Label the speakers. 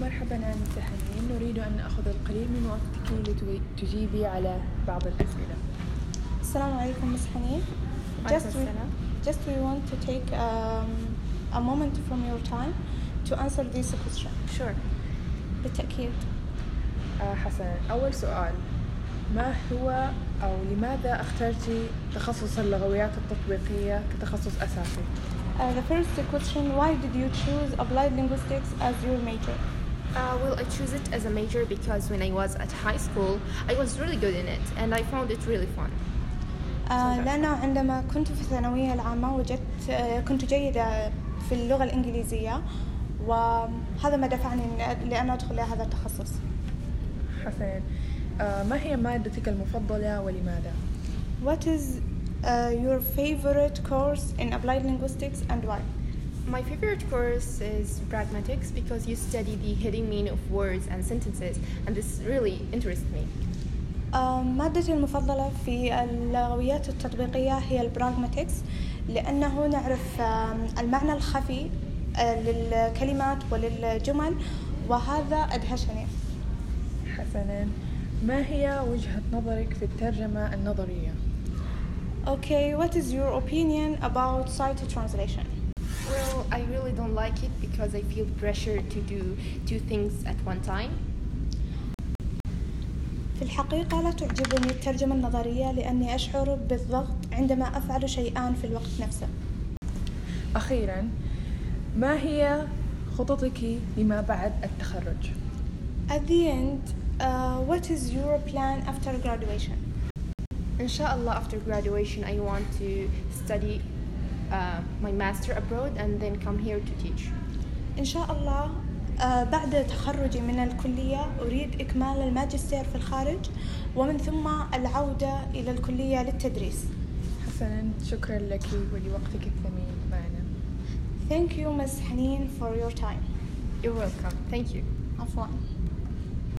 Speaker 1: مرحبا أنا متهانين نريد أن نأخذ القليل من وقتك لتجيبي على بعض الأسئلة
Speaker 2: Assalamu alaikum, Ms. Hanif.
Speaker 1: Alaikum
Speaker 2: Just we,
Speaker 1: assalam.
Speaker 2: just we want to take um, a moment from your time to answer this question.
Speaker 1: sure.
Speaker 2: بالتأكيد.
Speaker 1: آه حسنا أول سؤال ما هو أو لماذا اخترت تخصص اللغويات التطبيقية كتخصص أساسي؟
Speaker 2: Uh, the first question, why did you choose applied linguistics as your major?
Speaker 3: Uh, well, I chose it as a major because when I was at high school, I was really good in it and I found it really fun.
Speaker 2: آه، لأنه عندما كنت في الثانوية العامة وجدت آه، كنت جيدة في اللغة الإنجليزية وهذا ما دفعني إن- لأن أدخل هذا التخصص
Speaker 1: حسنا آه ما هي مادتك المفضلة ولماذا؟
Speaker 2: What is uh, your favorite course in applied linguistics and why?
Speaker 3: My favorite course is pragmatics because you study the hidden meaning of words and sentences, and this really interests me.
Speaker 2: آه، مادتي المفضلة في اللغويات التطبيقية هي البراغماتكس لأنه نعرف آم، المعنى الخفي آه، للكلمات وللجمل وهذا أدهشني
Speaker 1: حسنا ما هي وجهة نظرك في الترجمة النظرية؟
Speaker 2: Okay, what is your opinion about site translation?
Speaker 3: Well, I really don't like it because I feel pressured to do two things at one time.
Speaker 2: في الحقيقة لا تعجبني الترجمة النظرية لأني أشعر بالضغط عندما أفعل شيئان في الوقت نفسه.
Speaker 1: أخيرا ما هي خططك لما بعد التخرج؟
Speaker 2: At the end, uh, what is your plan after graduation?
Speaker 3: Inshallah, after graduation, I want to study uh, my master abroad and then come here to teach.
Speaker 2: إن شاء الله آه، بعد تخرجي من الكلية أريد إكمال الماجستير في الخارج ومن ثم العودة إلى الكلية للتدريس.
Speaker 1: حسنا شكرا لك ولوقتك الثمين معنا
Speaker 2: Thank you Ms. حنين for your time.
Speaker 3: You're welcome. Thank you.
Speaker 2: عفواً.